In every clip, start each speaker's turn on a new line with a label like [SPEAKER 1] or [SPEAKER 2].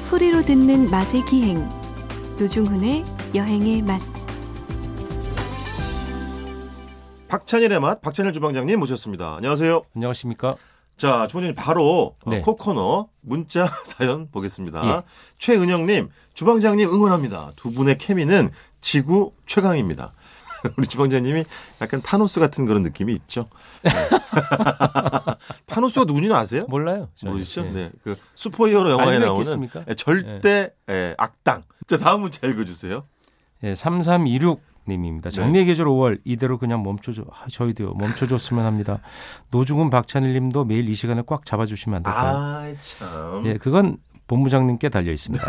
[SPEAKER 1] 소리로 듣는 맛의 기행 노중훈의 여행의 맛
[SPEAKER 2] 박찬일의 맛, 박찬일 주방장님 모셨습니다. 안녕하세요.
[SPEAKER 3] 안녕하십니까?
[SPEAKER 2] 자, 총장님 바로 어,
[SPEAKER 3] 네.
[SPEAKER 2] 코코너 문자 사연 보겠습니다.
[SPEAKER 3] 예.
[SPEAKER 2] 최은영님, 주방장님 응원합니다. 두 분의 케미는 지구 최강입니다. 우리 주방장님이 약간 타노스 같은 그런 느낌이 있죠. 네. 타노스가 누군지는 아세요?
[SPEAKER 3] 몰라요. 뭐, 저는.
[SPEAKER 2] 모르시죠?
[SPEAKER 3] 예.
[SPEAKER 2] 네. 그 슈퍼히어로 영화에
[SPEAKER 3] 알면
[SPEAKER 2] 나오는
[SPEAKER 3] 있겠습니까?
[SPEAKER 2] 예, 절대 예, 악당. 자, 다음 문자 읽어주세요.
[SPEAKER 3] 예, 3326님입니다. 장미의 계절 5월 이대로 그냥 멈춰줘. 아, 저희도요. 멈춰줬으면 합니다. 노중훈 박찬일님도 매일 이 시간을 꽉 잡아주시면 안 될까요?
[SPEAKER 2] 아, 참.
[SPEAKER 3] 네. 예, 그건 본부장님께 달려 있습니다.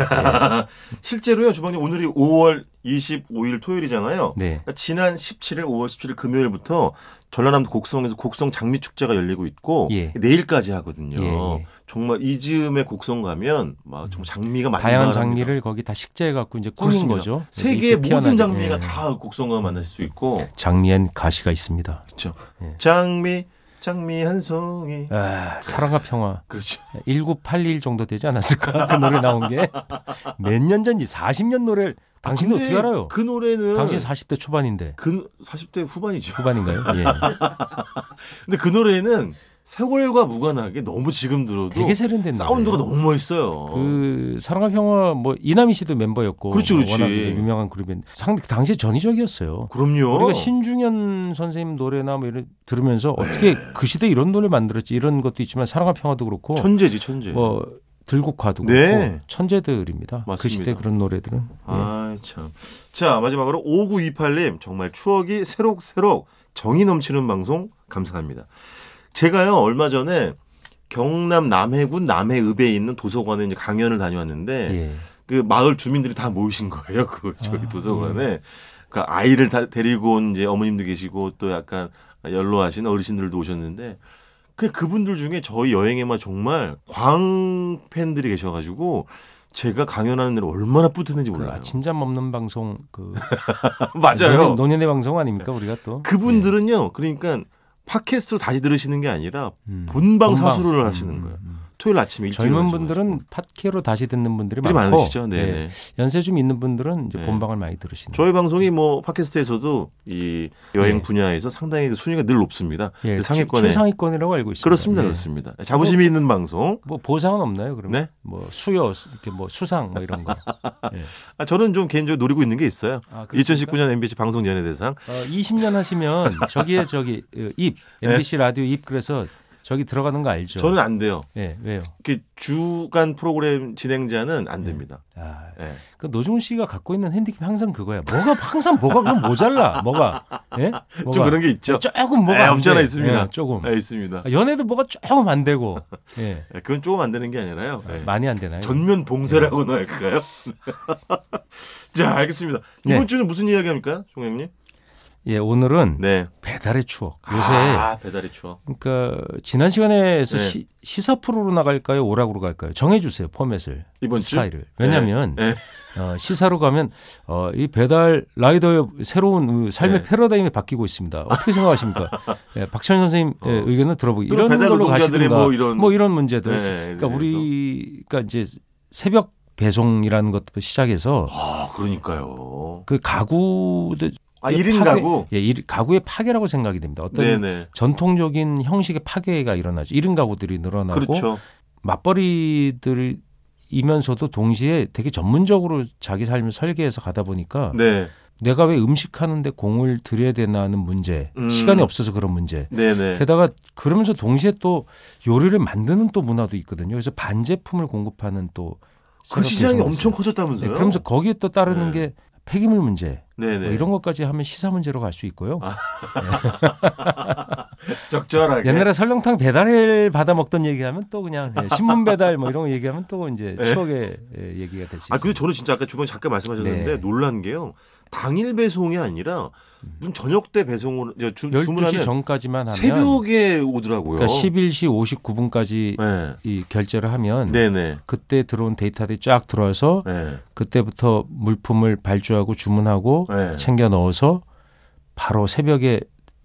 [SPEAKER 3] 예,
[SPEAKER 2] 실제로요, 주방님 오늘이 5월 25일 토요일이잖아요.
[SPEAKER 3] 예. 네.
[SPEAKER 2] 그러니까 지난 17일, 5월 17일 금요일부터 전라남도 곡성에서 곡성 장미 축제가 열리고 있고
[SPEAKER 3] 예.
[SPEAKER 2] 내일까지 하거든요.
[SPEAKER 3] 예, 예.
[SPEAKER 2] 정말 이 즈음에 곡성 가면 막 정말 장미가 많이
[SPEAKER 3] 다양한
[SPEAKER 2] 나랍니다.
[SPEAKER 3] 장미를 거기 다 식재해 갖고 이제 꾸민
[SPEAKER 2] 그렇습니다.
[SPEAKER 3] 거죠. 그래서
[SPEAKER 2] 세계의
[SPEAKER 3] 이렇게
[SPEAKER 2] 모든
[SPEAKER 3] 피어나게.
[SPEAKER 2] 장미가
[SPEAKER 3] 예.
[SPEAKER 2] 다 곡성과 만날 수 있고
[SPEAKER 3] 장미엔 가시가 있습니다.
[SPEAKER 2] 그렇죠.
[SPEAKER 3] 예.
[SPEAKER 2] 장미, 장미 한 송이.
[SPEAKER 3] 아, 사랑과 평화.
[SPEAKER 2] 그렇죠.
[SPEAKER 3] 1981 정도 되지 않았을까? 그 노래 나온 게 몇 년 전지 40년 노래를 당신은
[SPEAKER 2] 아, 근데
[SPEAKER 3] 어떻게 알아요?
[SPEAKER 2] 그 노래는
[SPEAKER 3] 당신 40대 초반인데
[SPEAKER 2] 근 40대 후반이죠.
[SPEAKER 3] 후반인가요? 예.
[SPEAKER 2] 뭐 근데 그 노래는 세월과 무관하게 너무 지금 들어도
[SPEAKER 3] 되게 세련된
[SPEAKER 2] 사운드가
[SPEAKER 3] 노래예요.
[SPEAKER 2] 너무 멋있어요.
[SPEAKER 3] 그 사랑과 평화 뭐 이남희 씨도 멤버였고
[SPEAKER 2] 그렇지, 그렇지.
[SPEAKER 3] 워낙 이제 유명한 그룹인 상 당시에 전위적이었어요.
[SPEAKER 2] 그럼요.
[SPEAKER 3] 우리가 신중현 선생님 노래나 뭐 이런 들으면서
[SPEAKER 2] 네.
[SPEAKER 3] 어떻게 그 시대 에 이런 노래 만들었지 이런 것도 있지만 사랑과 평화도 그렇고
[SPEAKER 2] 천재지 천재.
[SPEAKER 3] 뭐 들국화도
[SPEAKER 2] 네.
[SPEAKER 3] 그렇고 천재들입니다. 그
[SPEAKER 2] 맞습니다.
[SPEAKER 3] 시대 그런 노래들은
[SPEAKER 2] 아 참. 자 마지막으로 5928님 정말 추억이 새록새록 정이 넘치는 방송 감사합니다. 제가요 얼마 전에 경남 남해군 남해읍에 있는 도서관에 이제 강연을
[SPEAKER 3] 예.
[SPEAKER 2] 다녀왔는데
[SPEAKER 3] 예.
[SPEAKER 2] 그 마을 주민들이 다 모이신 거예요 그 저기
[SPEAKER 3] 아,
[SPEAKER 2] 도서관에
[SPEAKER 3] 예.
[SPEAKER 2] 그 아이를 다 데리고 온 이제 어머님도 계시고 또 약간 연로하신 어르신들도 오셨는데 그 그분들 중에 저희 여행에만 정말 광 팬들이 계셔가지고 제가 강연하는 데를 얼마나 뿌듯했는지
[SPEAKER 3] 그
[SPEAKER 2] 몰라요.
[SPEAKER 3] 아침잠 먹는 방송 그
[SPEAKER 2] 맞아요.
[SPEAKER 3] 노년, 노년의 방송 아닙니까 우리가 또
[SPEAKER 2] 그분들은요
[SPEAKER 3] 예.
[SPEAKER 2] 그러니까 팟캐스트로 다시 들으시는 게 아니라
[SPEAKER 3] 음.
[SPEAKER 2] 본방
[SPEAKER 3] 본방.
[SPEAKER 2] 사수를
[SPEAKER 3] 음,
[SPEAKER 2] 하시는
[SPEAKER 3] 음,
[SPEAKER 2] 거예요.
[SPEAKER 3] 음.
[SPEAKER 2] 토요일 아침에 일찍
[SPEAKER 3] 젊은
[SPEAKER 2] 일어나셔가지고.
[SPEAKER 3] 분들은 팟캐로 다시 듣는 분들이
[SPEAKER 2] 분들이
[SPEAKER 3] 많고
[SPEAKER 2] 많으시죠. 네.
[SPEAKER 3] 예.
[SPEAKER 2] 네.
[SPEAKER 3] 연세 좀 있는 분들은 이제
[SPEAKER 2] 네.
[SPEAKER 3] 본방을 많이 들으시는
[SPEAKER 2] 저희 방송이 뭐 팟캐스트에서도 이 여행
[SPEAKER 3] 네.
[SPEAKER 2] 분야에서 상당히 그 순위가 늘 높습니다.
[SPEAKER 3] 예,
[SPEAKER 2] 그 상위권에
[SPEAKER 3] 상위권이라고 알고 있습니다.
[SPEAKER 2] 그렇습니다,
[SPEAKER 3] 예.
[SPEAKER 2] 그렇습니다. 자부심이 있는 방송.
[SPEAKER 3] 뭐 보상은 없나요? 그러면
[SPEAKER 2] 네.
[SPEAKER 3] 뭐 수여 이렇게 뭐 수상 뭐 이런 거. 예.
[SPEAKER 2] 아, 저는 좀 개인적으로 노리고 있는 게 있어요.
[SPEAKER 3] 아, 그렇습니까?
[SPEAKER 2] 2019년 MBC 방송연예대상.
[SPEAKER 3] 어, 20년 하시면 저기에 저기 어, 입 MBC 라디오 입 그래서 저기 들어가는 거 알죠?
[SPEAKER 2] 네. 저는 안 돼요.
[SPEAKER 3] 예 왜요?
[SPEAKER 2] 그 주간 프로그램 진행자는 안 됩니다.
[SPEAKER 3] 아,
[SPEAKER 2] 예.
[SPEAKER 3] 그 노중훈 씨가 갖고 있는 핸디캡 항상 그거야. 뭐가 항상 뭐가 그럼 모자라. 뭐가 예? 뭐가.
[SPEAKER 2] 좀 그런 게 있죠.
[SPEAKER 3] 조금
[SPEAKER 2] 예,
[SPEAKER 3] 뭐가 안
[SPEAKER 2] 없잖아
[SPEAKER 3] 돼.
[SPEAKER 2] 있습니다.
[SPEAKER 3] 예, 조금
[SPEAKER 2] 예, 있습니다.
[SPEAKER 3] 아, 연애도 뭐가 조금 안 되고 예.
[SPEAKER 2] 예, 그건 조금 안 되는 게 아니라요. 예.
[SPEAKER 3] 많이 안 되나요?
[SPEAKER 2] 전면 봉쇄라고나
[SPEAKER 3] 예.
[SPEAKER 2] 할까요? 자, 알겠습니다. 이번
[SPEAKER 3] 네.
[SPEAKER 2] 주는 무슨 이야기 합니까, 종영님?
[SPEAKER 3] 예 오늘은
[SPEAKER 2] 네.
[SPEAKER 3] 배달의 추억. 요새
[SPEAKER 2] 아, 배달의 추억.
[SPEAKER 3] 그러니까 지난 시간에서
[SPEAKER 2] 네.
[SPEAKER 3] 시, 시사 프로로 나갈까요, 오락으로 갈까요? 정해주세요 포맷을
[SPEAKER 2] 이번 주.
[SPEAKER 3] 스타일을. 왜냐하면
[SPEAKER 2] 네.
[SPEAKER 3] 어, 시사로 가면 어, 이 배달 라이더의 새로운 그
[SPEAKER 2] 네.
[SPEAKER 3] 삶의 패러다임이 바뀌고 있습니다. 어떻게 생각하십니까? 예, 박찬현 선생님 의 의견을 들어보기.
[SPEAKER 2] 또는
[SPEAKER 3] 이런
[SPEAKER 2] 배달
[SPEAKER 3] 걸로
[SPEAKER 2] 노동자들의
[SPEAKER 3] 가시든가
[SPEAKER 2] 뭐 이런-
[SPEAKER 3] 뭐 이런 문제들.
[SPEAKER 2] 네,
[SPEAKER 3] 그러니까
[SPEAKER 2] 그래서.
[SPEAKER 3] 우리가 이제 새벽 배송이라는 것부터 시작해서
[SPEAKER 2] 아, 그러니까요.
[SPEAKER 3] 그 가구들
[SPEAKER 2] 아, 1인
[SPEAKER 3] 파괴-
[SPEAKER 2] 가구?
[SPEAKER 3] 예, 일- 가구의 파괴라고 생각이 됩니다. 어떤
[SPEAKER 2] 네네.
[SPEAKER 3] 전통적인 형식의 파괴가 일어나죠. 1인 가구들이 늘어나고
[SPEAKER 2] 그렇죠.
[SPEAKER 3] 맞벌이들이면서도 동시에 되게 전문적으로 자기 삶을 설계해서 가다 보니까
[SPEAKER 2] 네.
[SPEAKER 3] 내가 왜 음식하는데 공을 들여야 되나 하는 문제,
[SPEAKER 2] 음.
[SPEAKER 3] 시간이 없어서 그런 문제.
[SPEAKER 2] 네네.
[SPEAKER 3] 게다가 그러면서 동시에 또 요리를 만드는 또 문화도 있거든요. 그래서 반제품을 공급하는 또
[SPEAKER 2] 그
[SPEAKER 3] 새롭게
[SPEAKER 2] 시장이
[SPEAKER 3] 생겼어요.
[SPEAKER 2] 엄청
[SPEAKER 3] 네,
[SPEAKER 2] 커졌다면서요?
[SPEAKER 3] 그러면서 거기에 또 따르는
[SPEAKER 2] 네.
[SPEAKER 3] 게 폐기물 문제
[SPEAKER 2] 네네. 아,
[SPEAKER 3] 뭐 이런 것까지 하면 시사 문제로 갈 수 있고요.
[SPEAKER 2] 적절하게.
[SPEAKER 3] 옛날에 설렁탕 배달을 받아 먹던 얘기하면 또 그냥 예, 신문 배달 뭐 이런 거 얘기하면 또 이제 추억의 예, 얘기가 될 수 있습니다.
[SPEAKER 2] 네. 아, 근데 저는 진짜 아까 주방에 잠깐 말씀하셨는데
[SPEAKER 3] 네.
[SPEAKER 2] 놀란 게요. 당일 배송이 아니라 무슨 저녁 때 배송으로 이제 주,
[SPEAKER 3] 12시
[SPEAKER 2] 주문하면
[SPEAKER 3] 전까지만 하면
[SPEAKER 2] 새벽에 오더라고요.
[SPEAKER 3] 그러니까 11시 59분까지
[SPEAKER 2] 네.
[SPEAKER 3] 이 결제를 하면
[SPEAKER 2] 네네.
[SPEAKER 3] 그때 들어온 데이터들이 쫙 들어와서
[SPEAKER 2] 네.
[SPEAKER 3] 그때부터 물품을 발주하고 주문하고
[SPEAKER 2] 네.
[SPEAKER 3] 챙겨 넣어서 바로 새벽에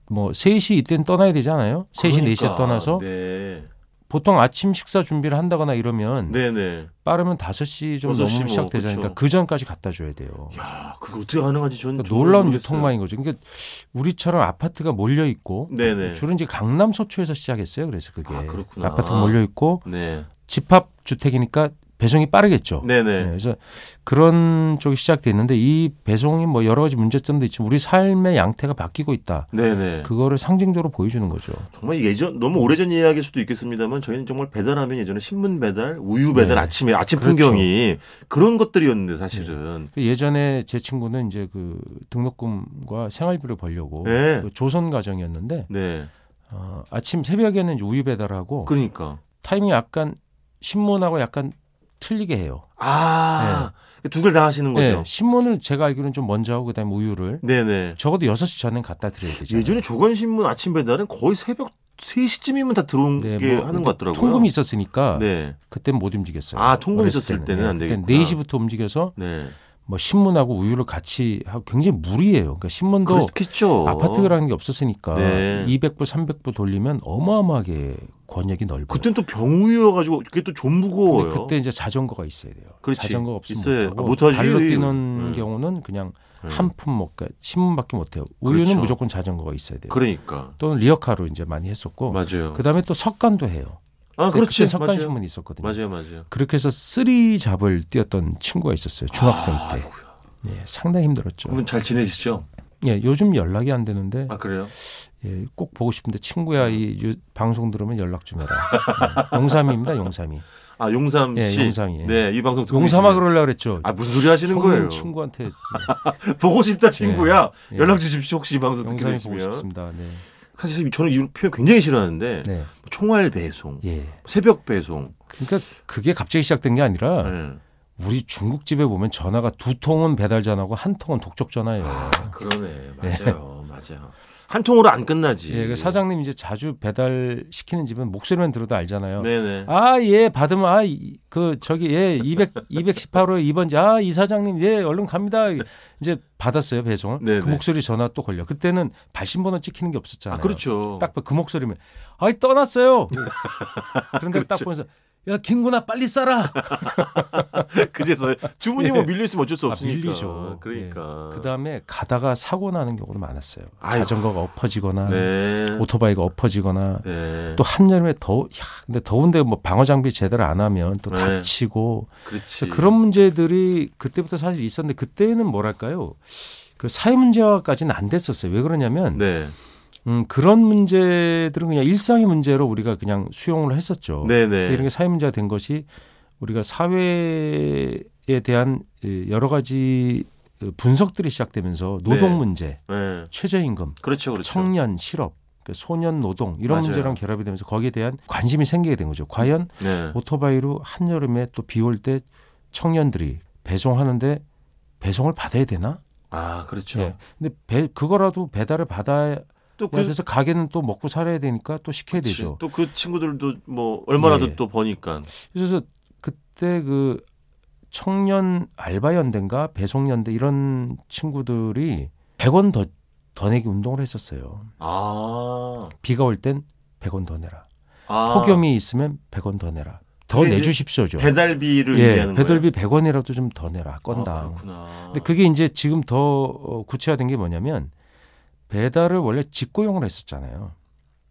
[SPEAKER 3] 뭐 3시 이때는 떠나야 되잖아요. 3시 4시에
[SPEAKER 2] 그러니까,
[SPEAKER 3] 떠나서
[SPEAKER 2] 네.
[SPEAKER 3] 보통 아침 식사 준비를 한다거나 이러면
[SPEAKER 2] 네네.
[SPEAKER 3] 빠르면 5시 좀
[SPEAKER 2] 5시
[SPEAKER 3] 넘으면
[SPEAKER 2] 뭐,
[SPEAKER 3] 시작되잖아요.
[SPEAKER 2] 그쵸.
[SPEAKER 3] 그 전까지 갖다 줘야 돼요.
[SPEAKER 2] 야, 그게 어떻게 가능한지 저는
[SPEAKER 3] 그러니까
[SPEAKER 2] 정말
[SPEAKER 3] 놀라운
[SPEAKER 2] 모르겠어요.
[SPEAKER 3] 유통망인 거죠. 그러니까 우리처럼 아파트가 몰려 있고
[SPEAKER 2] 네네.
[SPEAKER 3] 주로 이제 강남 서초에서 시작했어요. 그래서 그게
[SPEAKER 2] 아, 그렇구나.
[SPEAKER 3] 파트가 몰려 있고
[SPEAKER 2] 네.
[SPEAKER 3] 집합 주택이니까 배송이 빠르겠죠.
[SPEAKER 2] 네네.
[SPEAKER 3] 네, 그래서 그런 쪽이 시작됐는데 이 배송이 뭐 여러 가지 문제점도 있지만 우리 삶의 양태가 바뀌고 있다.
[SPEAKER 2] 네네.
[SPEAKER 3] 그거를 상징적으로 보여주는 거죠.
[SPEAKER 2] 정말 예전 너무 오래전 이야기일 수도 있겠습니다만 저희는 정말 배달하면 예전에 신문 배달, 우유 배달
[SPEAKER 3] 네.
[SPEAKER 2] 아침에 아침
[SPEAKER 3] 그렇죠.
[SPEAKER 2] 풍경이 그런 것들이었는데 사실은
[SPEAKER 3] 그 예전에 제 친구는 이제 그 등록금과 생활비를 벌려고
[SPEAKER 2] 네.
[SPEAKER 3] 그 조선 가정이었는데
[SPEAKER 2] 네.
[SPEAKER 3] 어, 아침 새벽에는 이제 우유 배달하고
[SPEAKER 2] 그러니까
[SPEAKER 3] 타이밍이 약간 신문하고 약간 틀리게 해요.
[SPEAKER 2] 아, 두 개를 다 하시는
[SPEAKER 3] 네,
[SPEAKER 2] 거죠.
[SPEAKER 3] 신문을 제가 알기로는 좀 먼저 하고 그다음에 우유를
[SPEAKER 2] 네, 네.
[SPEAKER 3] 적어도 6시 전엔 갖다 드려야 되죠.
[SPEAKER 2] 예전에 조건 신문 아침 배달은 거의 새벽 3시쯤이면 다 들어온
[SPEAKER 3] 네,
[SPEAKER 2] 게
[SPEAKER 3] 뭐
[SPEAKER 2] 하는 것 같더라고요.
[SPEAKER 3] 통금이 있었으니까
[SPEAKER 2] 네.
[SPEAKER 3] 그때 못 움직였어요.
[SPEAKER 2] 아, 통금
[SPEAKER 3] 어렸을
[SPEAKER 2] 있었을 때는 안
[SPEAKER 3] 그때는
[SPEAKER 2] 되겠구나.
[SPEAKER 3] 4시부터 움직여서
[SPEAKER 2] 네.
[SPEAKER 3] 뭐 신문하고 우유를 같이 하고 굉장히 무리예요. 그러니까 신문도
[SPEAKER 2] 그렇겠죠.
[SPEAKER 3] 아파트라는 게 없었으니까
[SPEAKER 2] 네.
[SPEAKER 3] 200부, 300부 돌리면 어마어마하게 권역이 넓어요.
[SPEAKER 2] 그땐 또 병우여 가지고 그게 또 좀 무거워요.
[SPEAKER 3] 근데 그때 이제 자전거가 있어야 돼요.
[SPEAKER 2] 그렇지.
[SPEAKER 3] 자전거가 없으면
[SPEAKER 2] 있어야-
[SPEAKER 3] 못하고
[SPEAKER 2] 아, 못하지.
[SPEAKER 3] 발로 뛰는
[SPEAKER 2] 네.
[SPEAKER 3] 경우는 그냥
[SPEAKER 2] 네.
[SPEAKER 3] 한 푼 못, 가 신문밖에 못 해요. 우유는
[SPEAKER 2] 그렇죠.
[SPEAKER 3] 무조건 자전거가 있어야 돼요.
[SPEAKER 2] 그러니까.
[SPEAKER 3] 또는 리어카로 이제 많이 했었고
[SPEAKER 2] 맞아요.
[SPEAKER 3] 그다음에 또 석간도 해요.
[SPEAKER 2] 아,
[SPEAKER 3] 근데
[SPEAKER 2] 그렇지.
[SPEAKER 3] 그때 석간
[SPEAKER 2] 맞아요.
[SPEAKER 3] 신문이 있었거든요.
[SPEAKER 2] 맞아요. 맞아요.
[SPEAKER 3] 그렇게 해서 쓰리 잡을 뛰었던 친구가 있었어요. 중학생 때. 예, 상당히 힘들었죠.
[SPEAKER 2] 그분 잘 지내시죠?
[SPEAKER 3] 예, 요즘 연락이 안 되는데
[SPEAKER 2] 아, 그래요?
[SPEAKER 3] 예, 꼭 보고 싶은데 친구야 이 유- 방송 들으면 연락 좀 해라. 예, 용삼이입니다. 용삼이.
[SPEAKER 2] 아 용삼
[SPEAKER 3] 예,
[SPEAKER 2] 씨.
[SPEAKER 3] 용삼이, 예.
[SPEAKER 2] 네, 이 방송 듣고
[SPEAKER 3] 용삼아
[SPEAKER 2] 계시네요.
[SPEAKER 3] 그러려 그랬죠.
[SPEAKER 2] 아 무슨 소리 하시는
[SPEAKER 3] 저는
[SPEAKER 2] 거예요?
[SPEAKER 3] 친구한테
[SPEAKER 2] 보고 싶다 친구야.
[SPEAKER 3] 예.
[SPEAKER 2] 연락 주십시오 혹시 이 방송 듣게
[SPEAKER 3] 용삼이 보고
[SPEAKER 2] 되시면.
[SPEAKER 3] 싶습니다. 네.
[SPEAKER 2] 사실 저는 이 표현 굉장히 싫어하는데
[SPEAKER 3] 네.
[SPEAKER 2] 총알 배송,
[SPEAKER 3] 예.
[SPEAKER 2] 새벽 배송.
[SPEAKER 3] 그러니까 그게 갑자기 시작된 게 아니라
[SPEAKER 2] 예.
[SPEAKER 3] 우리 중국집에 보면 전화가 두 통은 배달 전화고 한 통은 독촉 전화예요.
[SPEAKER 2] 아, 그러네. 맞아요. 맞아요. 한 통으로 안 끝나지.
[SPEAKER 3] 예, 그 사장님 이제 자주 배달 시키는 집은 목소리만 들어도 알잖아요.
[SPEAKER 2] 네네.
[SPEAKER 3] 아, 예, 받으면, 아, 이- 그, 저기, 예, 200, 218호 2번지, 아, 이사장님, 예, 얼른 갑니다. 이제 받았어요, 배송을.
[SPEAKER 2] 네네.
[SPEAKER 3] 그 목소리 전화 또 걸려. 그때는 발신번호 찍히는 게 없었잖아요.
[SPEAKER 2] 아 그렇죠.
[SPEAKER 3] 네. 딱 그 목소리면, 아이, 떠났어요. 그런데 딱
[SPEAKER 2] 그렇죠.
[SPEAKER 3] 보면서, 야, 김구나, 빨리 싸라.
[SPEAKER 2] 그제서 주문이 뭐 밀려 있으면 어쩔 수
[SPEAKER 3] 아,
[SPEAKER 2] 없으니까.
[SPEAKER 3] 밀리죠.
[SPEAKER 2] 그러니까.
[SPEAKER 3] 그 다음에 가다가 사고 나는 경우도 많았어요.
[SPEAKER 2] 아이고.
[SPEAKER 3] 자전거가 엎어지거나,
[SPEAKER 2] 네.
[SPEAKER 3] 오토바이가 엎어지거나,
[SPEAKER 2] 네.
[SPEAKER 3] 또 한여름에 더, 야, 근데 더운데 뭐 방어 장비 제대로 안 하면 또
[SPEAKER 2] 네.
[SPEAKER 3] 다치고,
[SPEAKER 2] 그렇지.
[SPEAKER 3] 그런 문제들이 그때부터 사실 있었는데 그때는 뭐랄까요? 그 사회 문제화까지는 안 됐었어요. 왜 그러냐면
[SPEAKER 2] 네.
[SPEAKER 3] 음, 그런 문제들은 그냥 일상의 문제로 우리가 그냥 수용을 했었죠.
[SPEAKER 2] 네네.
[SPEAKER 3] 근데 어, 이런 게 사회 문제가 된 것이 우리가 사회에 대한 예, 여러 가지 그 분석들이 시작되면서 노동
[SPEAKER 2] 네.
[SPEAKER 3] 문제,
[SPEAKER 2] 네.
[SPEAKER 3] 최저임금,
[SPEAKER 2] 그렇죠, 그렇죠.
[SPEAKER 3] 청년 실업, 그 소년 노동 이런
[SPEAKER 2] 맞아요.
[SPEAKER 3] 문제랑 결합이 되면서 거기에 대한 관심이 생기게 된 거죠. 과연
[SPEAKER 2] 네.
[SPEAKER 3] 오토바이로 한여름에 또 비 올 때 청년들이 배송하는데 배송을 받아야 되나?
[SPEAKER 2] 아, 그렇죠.
[SPEAKER 3] 예. 근데 배- 그거라도 배달을 받아야
[SPEAKER 2] 또 그,
[SPEAKER 3] 돼서 가게는 또 먹고 살아야 되니까 또 시켜야 되죠.
[SPEAKER 2] 또 그 친구들도 뭐 얼마라도
[SPEAKER 3] 예.
[SPEAKER 2] 또 버니까.
[SPEAKER 3] 그래서 그때 그 청년 알바 연대인가 배송 연대 이런 친구들이 100원 더, 더 내기 운동을 했었어요.
[SPEAKER 2] 아.
[SPEAKER 3] 비가 올 땐 100원 더 내라.
[SPEAKER 2] 아.
[SPEAKER 3] 폭염이 있으면 100원 더 내라. 더
[SPEAKER 2] 그게 이제
[SPEAKER 3] 내주십시오죠.
[SPEAKER 2] 배달비를
[SPEAKER 3] 예,
[SPEAKER 2] 얘기하는
[SPEAKER 3] 배달비 100원이라도 좀 더 내라.
[SPEAKER 2] 거예요.
[SPEAKER 3] 건당.
[SPEAKER 2] 아, 그렇구나.
[SPEAKER 3] 근데 그게 이제 지금 더 어, 구체화된 게 뭐냐면 배달을 원래 직고용으로 했었잖아요.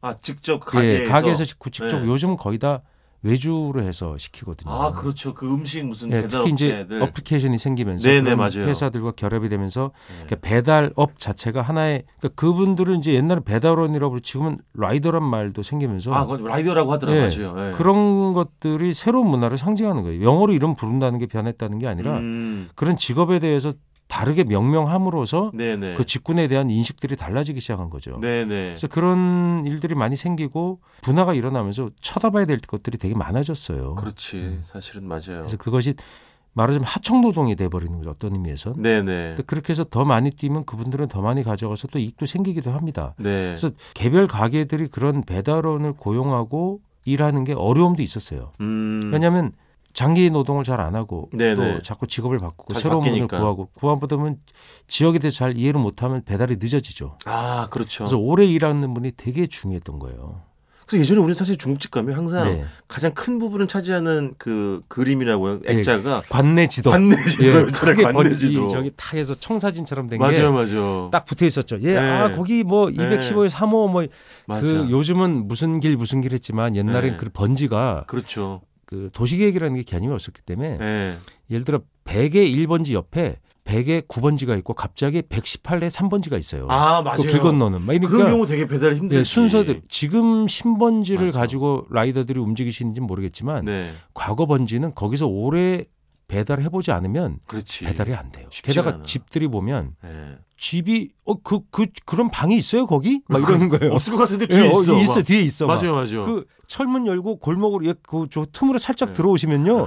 [SPEAKER 2] 아, 직접 가게에서.
[SPEAKER 3] 예, 가게에서 직고 직접
[SPEAKER 2] 네.
[SPEAKER 3] 요즘 거의 다 외주로 해서 시키거든요.
[SPEAKER 2] 아, 그렇죠. 그 음식 무슨
[SPEAKER 3] 예,
[SPEAKER 2] 배달
[SPEAKER 3] 특히 이제
[SPEAKER 2] 업체들.
[SPEAKER 3] 어플리케이션이 생기면서
[SPEAKER 2] 네네,
[SPEAKER 3] 그런
[SPEAKER 2] 맞아요.
[SPEAKER 3] 회사들과 결합이 되면서
[SPEAKER 2] 네.
[SPEAKER 3] 그러니까 배달업 자체가 하나의 그러니까 그분들은 이제 옛날에 배달원이라고 지금은 라이더란 말도 생기면서
[SPEAKER 2] 아, 그건 라이더라고 하더라고요.
[SPEAKER 3] 예,
[SPEAKER 2] 맞아요. 예.
[SPEAKER 3] 그런 것들이 새로운 문화를 상징하는 거예요. 영어로 이름 부른다는 게 변했다는 게 아니라
[SPEAKER 2] 음.
[SPEAKER 3] 그런 직업에 대해서 다르게 명명함으로써
[SPEAKER 2] 네, 네.
[SPEAKER 3] 그 직군에 대한 인식들이 달라지기 시작한 거죠.
[SPEAKER 2] 네, 네.
[SPEAKER 3] 그래서 그런 일들이 많이 생기고 분화가 일어나면서 쳐다봐야 될 것들이 되게 많아졌어요.
[SPEAKER 2] 그렇죠. 그렇지. 사실은 맞아요.
[SPEAKER 3] 예. 그래서 그것이 말하자면 하청 노동이 돼 버리는 거죠. 어떤 의미에선.
[SPEAKER 2] 네, 네.
[SPEAKER 3] 근데 그렇게 해서 더 많이 뛰면 그분들은 더 많이 가져가서 또 이익도 생기기도 합니다.
[SPEAKER 2] 네.
[SPEAKER 3] 그래서 개별 가게들이 그런 배달원을 고용하고 일하는 게 어려움도 있었어요.
[SPEAKER 2] 음.
[SPEAKER 3] 왜냐하면 장기 노동을 잘 안 하고
[SPEAKER 2] 네네.
[SPEAKER 3] 또 자꾸 직업을 바꾸고
[SPEAKER 2] 잘
[SPEAKER 3] 새로운
[SPEAKER 2] 바뀌니까.
[SPEAKER 3] 문을 구하고 구하다 보면 지역에 대해 서잘 이해를 못하면 배달이 늦어지죠.
[SPEAKER 2] 아, 그렇죠.
[SPEAKER 3] 그래서 오래 일하는 분이 되게 중요했던 거예요.
[SPEAKER 2] 그래서 예전에 우리는 사실 중국집 가면 항상
[SPEAKER 3] 네.
[SPEAKER 2] 가장 큰 부분을 차지하는 그 그림이라고 액자가
[SPEAKER 3] 관내 지도.
[SPEAKER 2] 관내
[SPEAKER 3] 예,
[SPEAKER 2] 지도였잖아요.
[SPEAKER 3] 크게
[SPEAKER 2] 관내
[SPEAKER 3] 번지
[SPEAKER 2] 지도.
[SPEAKER 3] 저기 타에서 청사진처럼 된 게
[SPEAKER 2] 맞아요,
[SPEAKER 3] 딱
[SPEAKER 2] 맞아요.
[SPEAKER 3] 붙어 있었죠. 예,
[SPEAKER 2] 네.
[SPEAKER 3] 아 거기 뭐 215에 3호 뭐 그
[SPEAKER 2] 맞아.
[SPEAKER 3] 요즘은 무슨 길 무슨 길 했지만 옛날엔
[SPEAKER 2] 네.
[SPEAKER 3] 그 번지가
[SPEAKER 2] 그렇죠.
[SPEAKER 3] 그 도시계획이라는 게 개념이 없었기 때문에
[SPEAKER 2] 예.
[SPEAKER 3] 예를 들어 100의 1번지 옆에 100의 9번지가 있고 갑자기 118의 3번지가 있어요.
[SPEAKER 2] 아, 맞아요.
[SPEAKER 3] 그 길 건너는 막
[SPEAKER 2] 그런
[SPEAKER 3] 이러니까
[SPEAKER 2] 경우 되게 배달이 힘들지.
[SPEAKER 3] 예, 순서들 지금 신번지를
[SPEAKER 2] 맞아.
[SPEAKER 3] 가지고 라이더들이 움직이시는지는 모르겠지만
[SPEAKER 2] 네.
[SPEAKER 3] 과거 번지는 거기서 오래 배달해 보지 않으면
[SPEAKER 2] 그렇지.
[SPEAKER 3] 배달이 안 돼요.
[SPEAKER 2] 쉽지가
[SPEAKER 3] 게다가
[SPEAKER 2] 않아.
[SPEAKER 3] 집들이 보면
[SPEAKER 2] 예.
[SPEAKER 3] 집이 어 그 그 그, 런 방이 있어요 거기? 막 이러는 거예요.
[SPEAKER 2] 없을 것 같은데
[SPEAKER 3] 예,
[SPEAKER 2] 그러니까. 뒤에
[SPEAKER 3] 어,
[SPEAKER 2] 있어.
[SPEAKER 3] 있어
[SPEAKER 2] 막.
[SPEAKER 3] 뒤에 있어. 막.
[SPEAKER 2] 맞아요, 맞아요.
[SPEAKER 3] 그 철문 열고 골목으로 예, 그저 틈으로 살짝
[SPEAKER 2] 네.
[SPEAKER 3] 들어오시면요.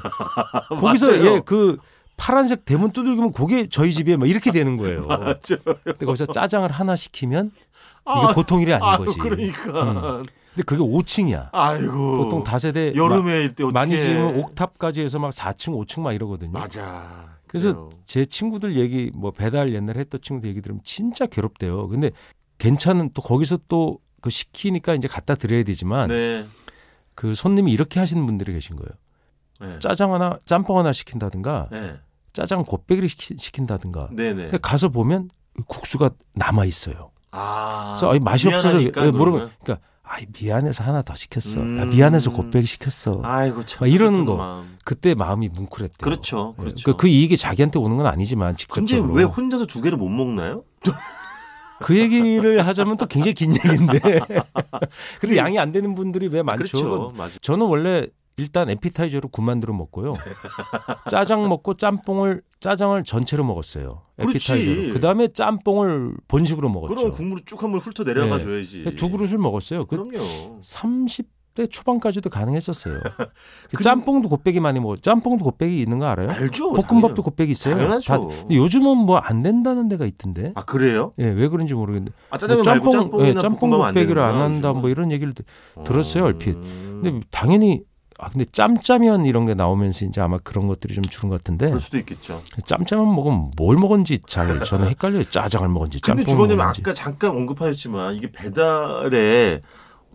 [SPEAKER 3] 거기서
[SPEAKER 2] 맞아요.
[SPEAKER 3] 예 그 파란색 대문 두들기면 그게 저희 집이에요. 막 이렇게 되는 거예요.
[SPEAKER 2] 맞아요.
[SPEAKER 3] 근데 거기서 짜장을 하나 시키면 이게
[SPEAKER 2] 아,
[SPEAKER 3] 보통 일이 아닌
[SPEAKER 2] 아유,
[SPEAKER 3] 거지.
[SPEAKER 2] 그러니까.
[SPEAKER 3] 근데 그게 5층이야.
[SPEAKER 2] 아이고.
[SPEAKER 3] 보통 다세대 마-
[SPEAKER 2] 여름에 이때 어떻게
[SPEAKER 3] 많이 지으면 옥탑까지 해서 막 4층, 5층 막 이러거든요.
[SPEAKER 2] 맞아.
[SPEAKER 3] 그래서
[SPEAKER 2] 그래요.
[SPEAKER 3] 제 친구들 얘기 뭐 배달 옛날에 했던 친구들 얘기 들으면 진짜 괴롭대요. 근데 괜찮은 또 거기서 또 그 시키니까 이제 갖다 드려야 되지만
[SPEAKER 2] 네.
[SPEAKER 3] 그 손님이 이렇게 하시는 분들이 계신 거예요.
[SPEAKER 2] 네.
[SPEAKER 3] 짜장 하나, 짬뽕 하나 시킨다든가
[SPEAKER 2] 네.
[SPEAKER 3] 짜장 곱빼기를 시키- 시킨다든가.
[SPEAKER 2] 네, 네.
[SPEAKER 3] 근데 가서 보면 국수가 남아 있어요.
[SPEAKER 2] 아.
[SPEAKER 3] 그래서 아이, 맛이 없어서
[SPEAKER 2] 미안하니까,
[SPEAKER 3] 예, 물어보면
[SPEAKER 2] 그러면?
[SPEAKER 3] 그러니까 아이 미안해서 하나 더 시켰어. 아,
[SPEAKER 2] 음.
[SPEAKER 3] 미안해서 곱빼기 시켰어.
[SPEAKER 2] 아이고 참.
[SPEAKER 3] 막 이러는
[SPEAKER 2] 그렇구나.
[SPEAKER 3] 거. 그때 마음이 뭉클했대요.
[SPEAKER 2] 그렇죠.
[SPEAKER 3] 예,
[SPEAKER 2] 그렇죠.
[SPEAKER 3] 그러니까 그 이익이 자기한테 오는 건 아니지만
[SPEAKER 2] 근데
[SPEAKER 3] 직접적으로.
[SPEAKER 2] 왜 혼자서 두 개를 못 먹나요?
[SPEAKER 3] 그 얘기를 하자면 또 굉장히 긴 얘기인데. 그리고 양이 안 되는 분들이 왜 많죠?
[SPEAKER 2] 그렇죠. 맞아.
[SPEAKER 3] 저는 원래 일단 에피타이저로 군만두를 먹고요. 짜장 먹고 짬뽕을 짜장을 전체로 먹었어요.
[SPEAKER 2] 그렇지.
[SPEAKER 3] 에피타이저로. 그다음에 짬뽕을 본식으로 먹었죠. 예.
[SPEAKER 2] 그럼 국물을 쭉 한번 훑어 내려가 줘야지.
[SPEAKER 3] 그렇죠. 두 그릇을 먹었어요. 그
[SPEAKER 2] 그럼요.
[SPEAKER 3] 30대 초반까지도 가능했었어요. 그 짬뽕도 곱빼기 많이 먹어. 짬뽕도 곱빼기 있는 거 알아요?
[SPEAKER 2] 알죠.
[SPEAKER 3] 예? 볶음밥도 곱빼기 있어요.
[SPEAKER 2] 당연하죠.
[SPEAKER 3] 다- 근데 요즘은 뭐 안 된다는 데가 있던데.
[SPEAKER 2] 아 그래요?
[SPEAKER 3] 예, 왜 그런지 모르겠는데.
[SPEAKER 2] 아 짜장면 말고
[SPEAKER 3] 예,
[SPEAKER 2] 짬뽕이나
[SPEAKER 3] 짬뽕
[SPEAKER 2] 볶음밥 안
[SPEAKER 3] 곱빼기를
[SPEAKER 2] 되는구나,
[SPEAKER 3] 안 한다
[SPEAKER 2] 요즘은.
[SPEAKER 3] 뭐 이런 얘기를 들- 들었어요, 얼핏.
[SPEAKER 2] 음,
[SPEAKER 3] 근데 당연히 아 근데 짬짜면 이런 게 나오면서 이제 아마 그런 것들이 좀 줄은 것 같은데
[SPEAKER 2] 그럴 수도 있겠죠.
[SPEAKER 3] 짬짜면 먹으면 뭘 먹은지 잘 저는 헷갈려요. 짜장을 먹은지
[SPEAKER 2] 근데
[SPEAKER 3] 짬뽕을
[SPEAKER 2] 주방장님
[SPEAKER 3] 먹은지.
[SPEAKER 2] 아까 잠깐 언급하셨지만 이게 배달의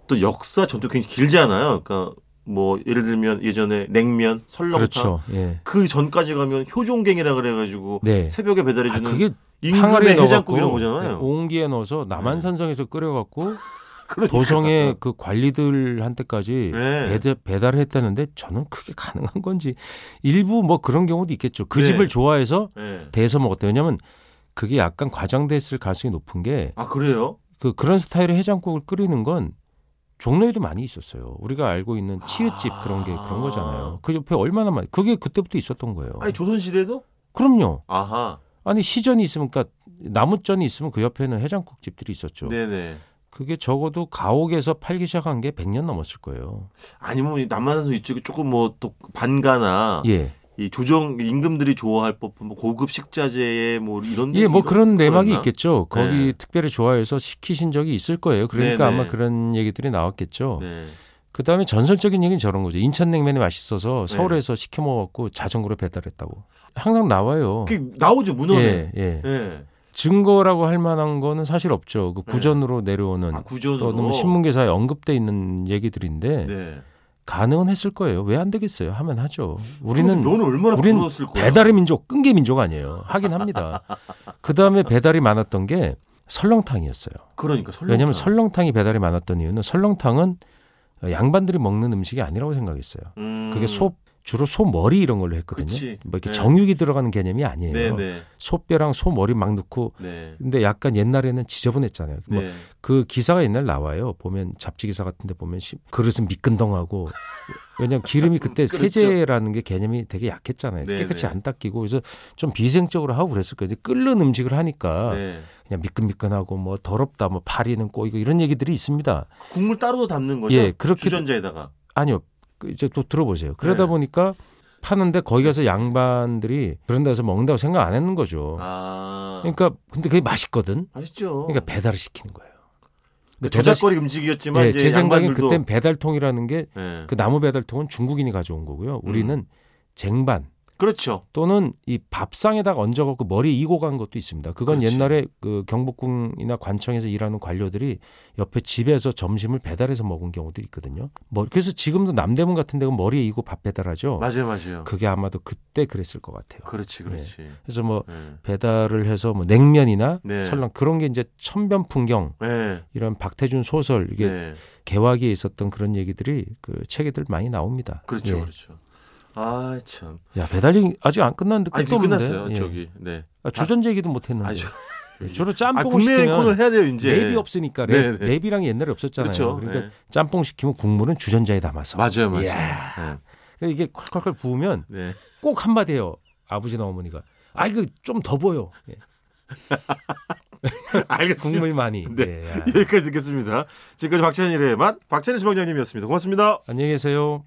[SPEAKER 2] 또 역사 전통 굉장히 길잖아요. 그러니까 뭐 예를 들면 예전에 냉면, 설렁탕 그
[SPEAKER 3] 그렇죠. 예.
[SPEAKER 2] 전까지 가면 효종갱이라 그래가지고
[SPEAKER 3] 네.
[SPEAKER 2] 새벽에 배달해
[SPEAKER 3] 아,
[SPEAKER 2] 주는
[SPEAKER 3] 그게 항아리에
[SPEAKER 2] 임금의 해장국 이런
[SPEAKER 3] 넣어갖고 네,
[SPEAKER 2] 거잖아요. 네.
[SPEAKER 3] 옹기에 넣어서 남한산성에서 끓여갖고
[SPEAKER 2] 그러니까.
[SPEAKER 3] 도성의 그 관리들한테까지
[SPEAKER 2] 네.
[SPEAKER 3] 배달, 배달을 했다는데 저는 그게 가능한 건지 일부 뭐 그런 경우도 있겠죠. 그
[SPEAKER 2] 네.
[SPEAKER 3] 집을 좋아해서
[SPEAKER 2] 네.
[SPEAKER 3] 대서 먹었다. 왜냐하면 그게 약간 과장됐을 가능성이 높은 게
[SPEAKER 2] 아 그래요?
[SPEAKER 3] 그 그런 스타일의 해장국을 끓이는 건 종로에도 많이 있었어요. 우리가 알고 있는 치읓집 그런 게 그런 거잖아요. 그 옆에 얼마나 많이 그게 그때부터 있었던 거예요.
[SPEAKER 2] 아니 조선 시대도?
[SPEAKER 3] 그럼요.
[SPEAKER 2] 아하.
[SPEAKER 3] 아니 시전이 있으면 그러니까 나무전이 있으면 그 옆에는 해장국 집들이 있었죠.
[SPEAKER 2] 네네.
[SPEAKER 3] 그게 적어도 가옥에서 팔기 시작한 게 100년 넘었을 거예요.
[SPEAKER 2] 아니면 이 남한산성 이쪽에 조금 뭐 또 반가나
[SPEAKER 3] 예.
[SPEAKER 2] 이 조정 임금들이 좋아할 법한 뭐 고급 식자재에 뭐 이런
[SPEAKER 3] 예, 뭐
[SPEAKER 2] 이런
[SPEAKER 3] 그런 내막이
[SPEAKER 2] 거였나?
[SPEAKER 3] 있겠죠. 거기
[SPEAKER 2] 네.
[SPEAKER 3] 특별히 좋아해서 시키신 적이 있을 거예요. 그러니까
[SPEAKER 2] 네네.
[SPEAKER 3] 아마 그런 얘기들이 나왔겠죠.
[SPEAKER 2] 네.
[SPEAKER 3] 그다음에 전설적인 얘기는 저런 거죠. 인천냉면이 맛있어서
[SPEAKER 2] 네.
[SPEAKER 3] 서울에서 시켜 먹었고 자전거로 배달했다고. 항상 나와요.
[SPEAKER 2] 그게 나오죠 문헌에.
[SPEAKER 3] 예, 어. 예.
[SPEAKER 2] 예.
[SPEAKER 3] 증거라고 할 만한 거는 사실 없죠. 그 구전으로 내려오는
[SPEAKER 2] 네. 아, 구전으로.
[SPEAKER 3] 또는 뭐 신문 예. 기사에 언급돼 있는 얘기들인데
[SPEAKER 2] 네.
[SPEAKER 3] 가능은 했을 거예요. 왜 안 되겠어요? 하면 하죠. 우리는
[SPEAKER 2] 그럼 너는 얼마나
[SPEAKER 3] 우린
[SPEAKER 2] 부러웠을 거야.
[SPEAKER 3] 배달의 민족, 끈기 민족 아니에요. 하긴 합니다. 그다음에 배달이 많았던 게 설렁탕이었어요.
[SPEAKER 2] 그러니까 설렁탕.
[SPEAKER 3] 왜냐하면 설렁탕이 배달이 많았던 이유는 설렁탕은 양반들이 먹는 음식이 아니라고 생각했어요.
[SPEAKER 2] 음.
[SPEAKER 3] 그게 소 주로 소 머리 이런 걸로 했거든요.
[SPEAKER 2] 그치.
[SPEAKER 3] 뭐 이렇게
[SPEAKER 2] 네.
[SPEAKER 3] 정육이 들어가는 개념이 아니에요.
[SPEAKER 2] 네네.
[SPEAKER 3] 소뼈랑 소 머리 막 넣고
[SPEAKER 2] 네.
[SPEAKER 3] 근데 약간 옛날에는 지저분했잖아요. 뭐
[SPEAKER 2] 네.
[SPEAKER 3] 그 기사가 옛날 나와요. 보면 잡지 기사 같은데 보면 시- 그릇은 미끈덩하고 왜냐면 기름이 그때
[SPEAKER 2] 그렇죠.
[SPEAKER 3] 세제라는 게 개념이 되게 약했잖아요.
[SPEAKER 2] 네,
[SPEAKER 3] 깨끗이
[SPEAKER 2] 네.
[SPEAKER 3] 안 닦이고 그래서 좀 비생적으로 하고 그랬을 거예요. 이제 끓는 음식을 하니까
[SPEAKER 2] 네.
[SPEAKER 3] 그냥 미끈미끈하고 뭐 더럽다, 뭐 파리는 꼬이고 이런 얘기들이 있습니다.
[SPEAKER 2] 국물 따로 담는 거죠.
[SPEAKER 3] 예, 그렇게
[SPEAKER 2] 주전자에다가.
[SPEAKER 3] 아니요. 그 이제 또 들어보세요. 그러다
[SPEAKER 2] 네.
[SPEAKER 3] 보니까 파는데 거기 가서 양반들이 그런 데서 먹는다고 생각 안 했는 거죠.
[SPEAKER 2] 아.
[SPEAKER 3] 어. 그러니까 근데 그게 맛있거든.
[SPEAKER 2] 아시죠.
[SPEAKER 3] 그러니까 배달을 시키는 거예요.
[SPEAKER 2] 어. 그
[SPEAKER 3] 근데 배달 시-
[SPEAKER 2] 저작거리 음식이었지만
[SPEAKER 3] 예,
[SPEAKER 2] 이제
[SPEAKER 3] 제 생각엔
[SPEAKER 2] 양반들도-
[SPEAKER 3] 그땐 배달통이라는 게
[SPEAKER 2] 예. 음.
[SPEAKER 3] 그 나무 배달통은 중국인이 가져온 거고요. 우리는 쟁반,
[SPEAKER 2] 그렇죠.
[SPEAKER 3] 또는 이 밥상에다가 얹어갖고 머리 이고 간 것도 있습니다. 그건
[SPEAKER 2] 그렇지.
[SPEAKER 3] 옛날에 그 경복궁이나 관청에서 일하는 관료들이 옆에 집에서 점심을 배달해서 먹은 경우도 있거든요. 뭐 그래서 지금도 남대문 같은 데가 머리에 이고 밥 배달하죠.
[SPEAKER 2] 맞아요, 맞아요.
[SPEAKER 3] 어. 그게 예. 아마도 그때 그랬을 것 같아요.
[SPEAKER 2] 그, 렇지 그렇지.
[SPEAKER 3] 그래서 뭐
[SPEAKER 2] 예.
[SPEAKER 3] 배달을 해서 뭐 냉면이나
[SPEAKER 2] 네.
[SPEAKER 3] 설렁 그런 게 이제 천변풍경
[SPEAKER 2] 예.
[SPEAKER 3] 이런 박태준 소설 이게
[SPEAKER 2] 네.
[SPEAKER 3] 개화기에 있었던 그런 얘기들이 그 책에들 많이 나옵니다.
[SPEAKER 2] 그렇죠,
[SPEAKER 3] 예.
[SPEAKER 2] 그렇죠. 아 참.
[SPEAKER 3] 야 배달이 아직 안 끝났는데
[SPEAKER 2] 아니
[SPEAKER 3] 끝도 없는데.
[SPEAKER 2] 끝났어요.
[SPEAKER 3] 예.
[SPEAKER 2] 저기 네.
[SPEAKER 3] 아, 주전제 얘기도 못 했는데. 예,
[SPEAKER 2] 아주
[SPEAKER 3] 주로
[SPEAKER 2] 아,
[SPEAKER 3] 짬뽕
[SPEAKER 2] 국내 코너
[SPEAKER 3] 시키면
[SPEAKER 2] 해야 돼요 이제.
[SPEAKER 3] 랩이 없으니까
[SPEAKER 2] 네,
[SPEAKER 3] 랩,
[SPEAKER 2] 네.
[SPEAKER 3] 랩이랑 옛날에 없었잖아요.
[SPEAKER 2] 그렇죠.
[SPEAKER 3] 러니까
[SPEAKER 2] 예.
[SPEAKER 3] 짬뽕 시키면 국물은 주전자에 담아서.
[SPEAKER 2] 맞아요, 맞아요.
[SPEAKER 3] 이야. 그러니까 이게 콸콸콸 부으면
[SPEAKER 2] 네. 네.
[SPEAKER 3] 꼭 한마디 해요. 아버지나 어머니가. 아 이거 좀 더 보여. 예.
[SPEAKER 2] 알겠습니다.
[SPEAKER 3] 국물 많이.
[SPEAKER 2] 네.
[SPEAKER 3] 예. 아.
[SPEAKER 2] 여기까지 듣겠습니다. 지금까지 박찬일의 맛 박찬일 주방장님이었습니다. 고맙습니다.
[SPEAKER 3] 안녕히 계세요.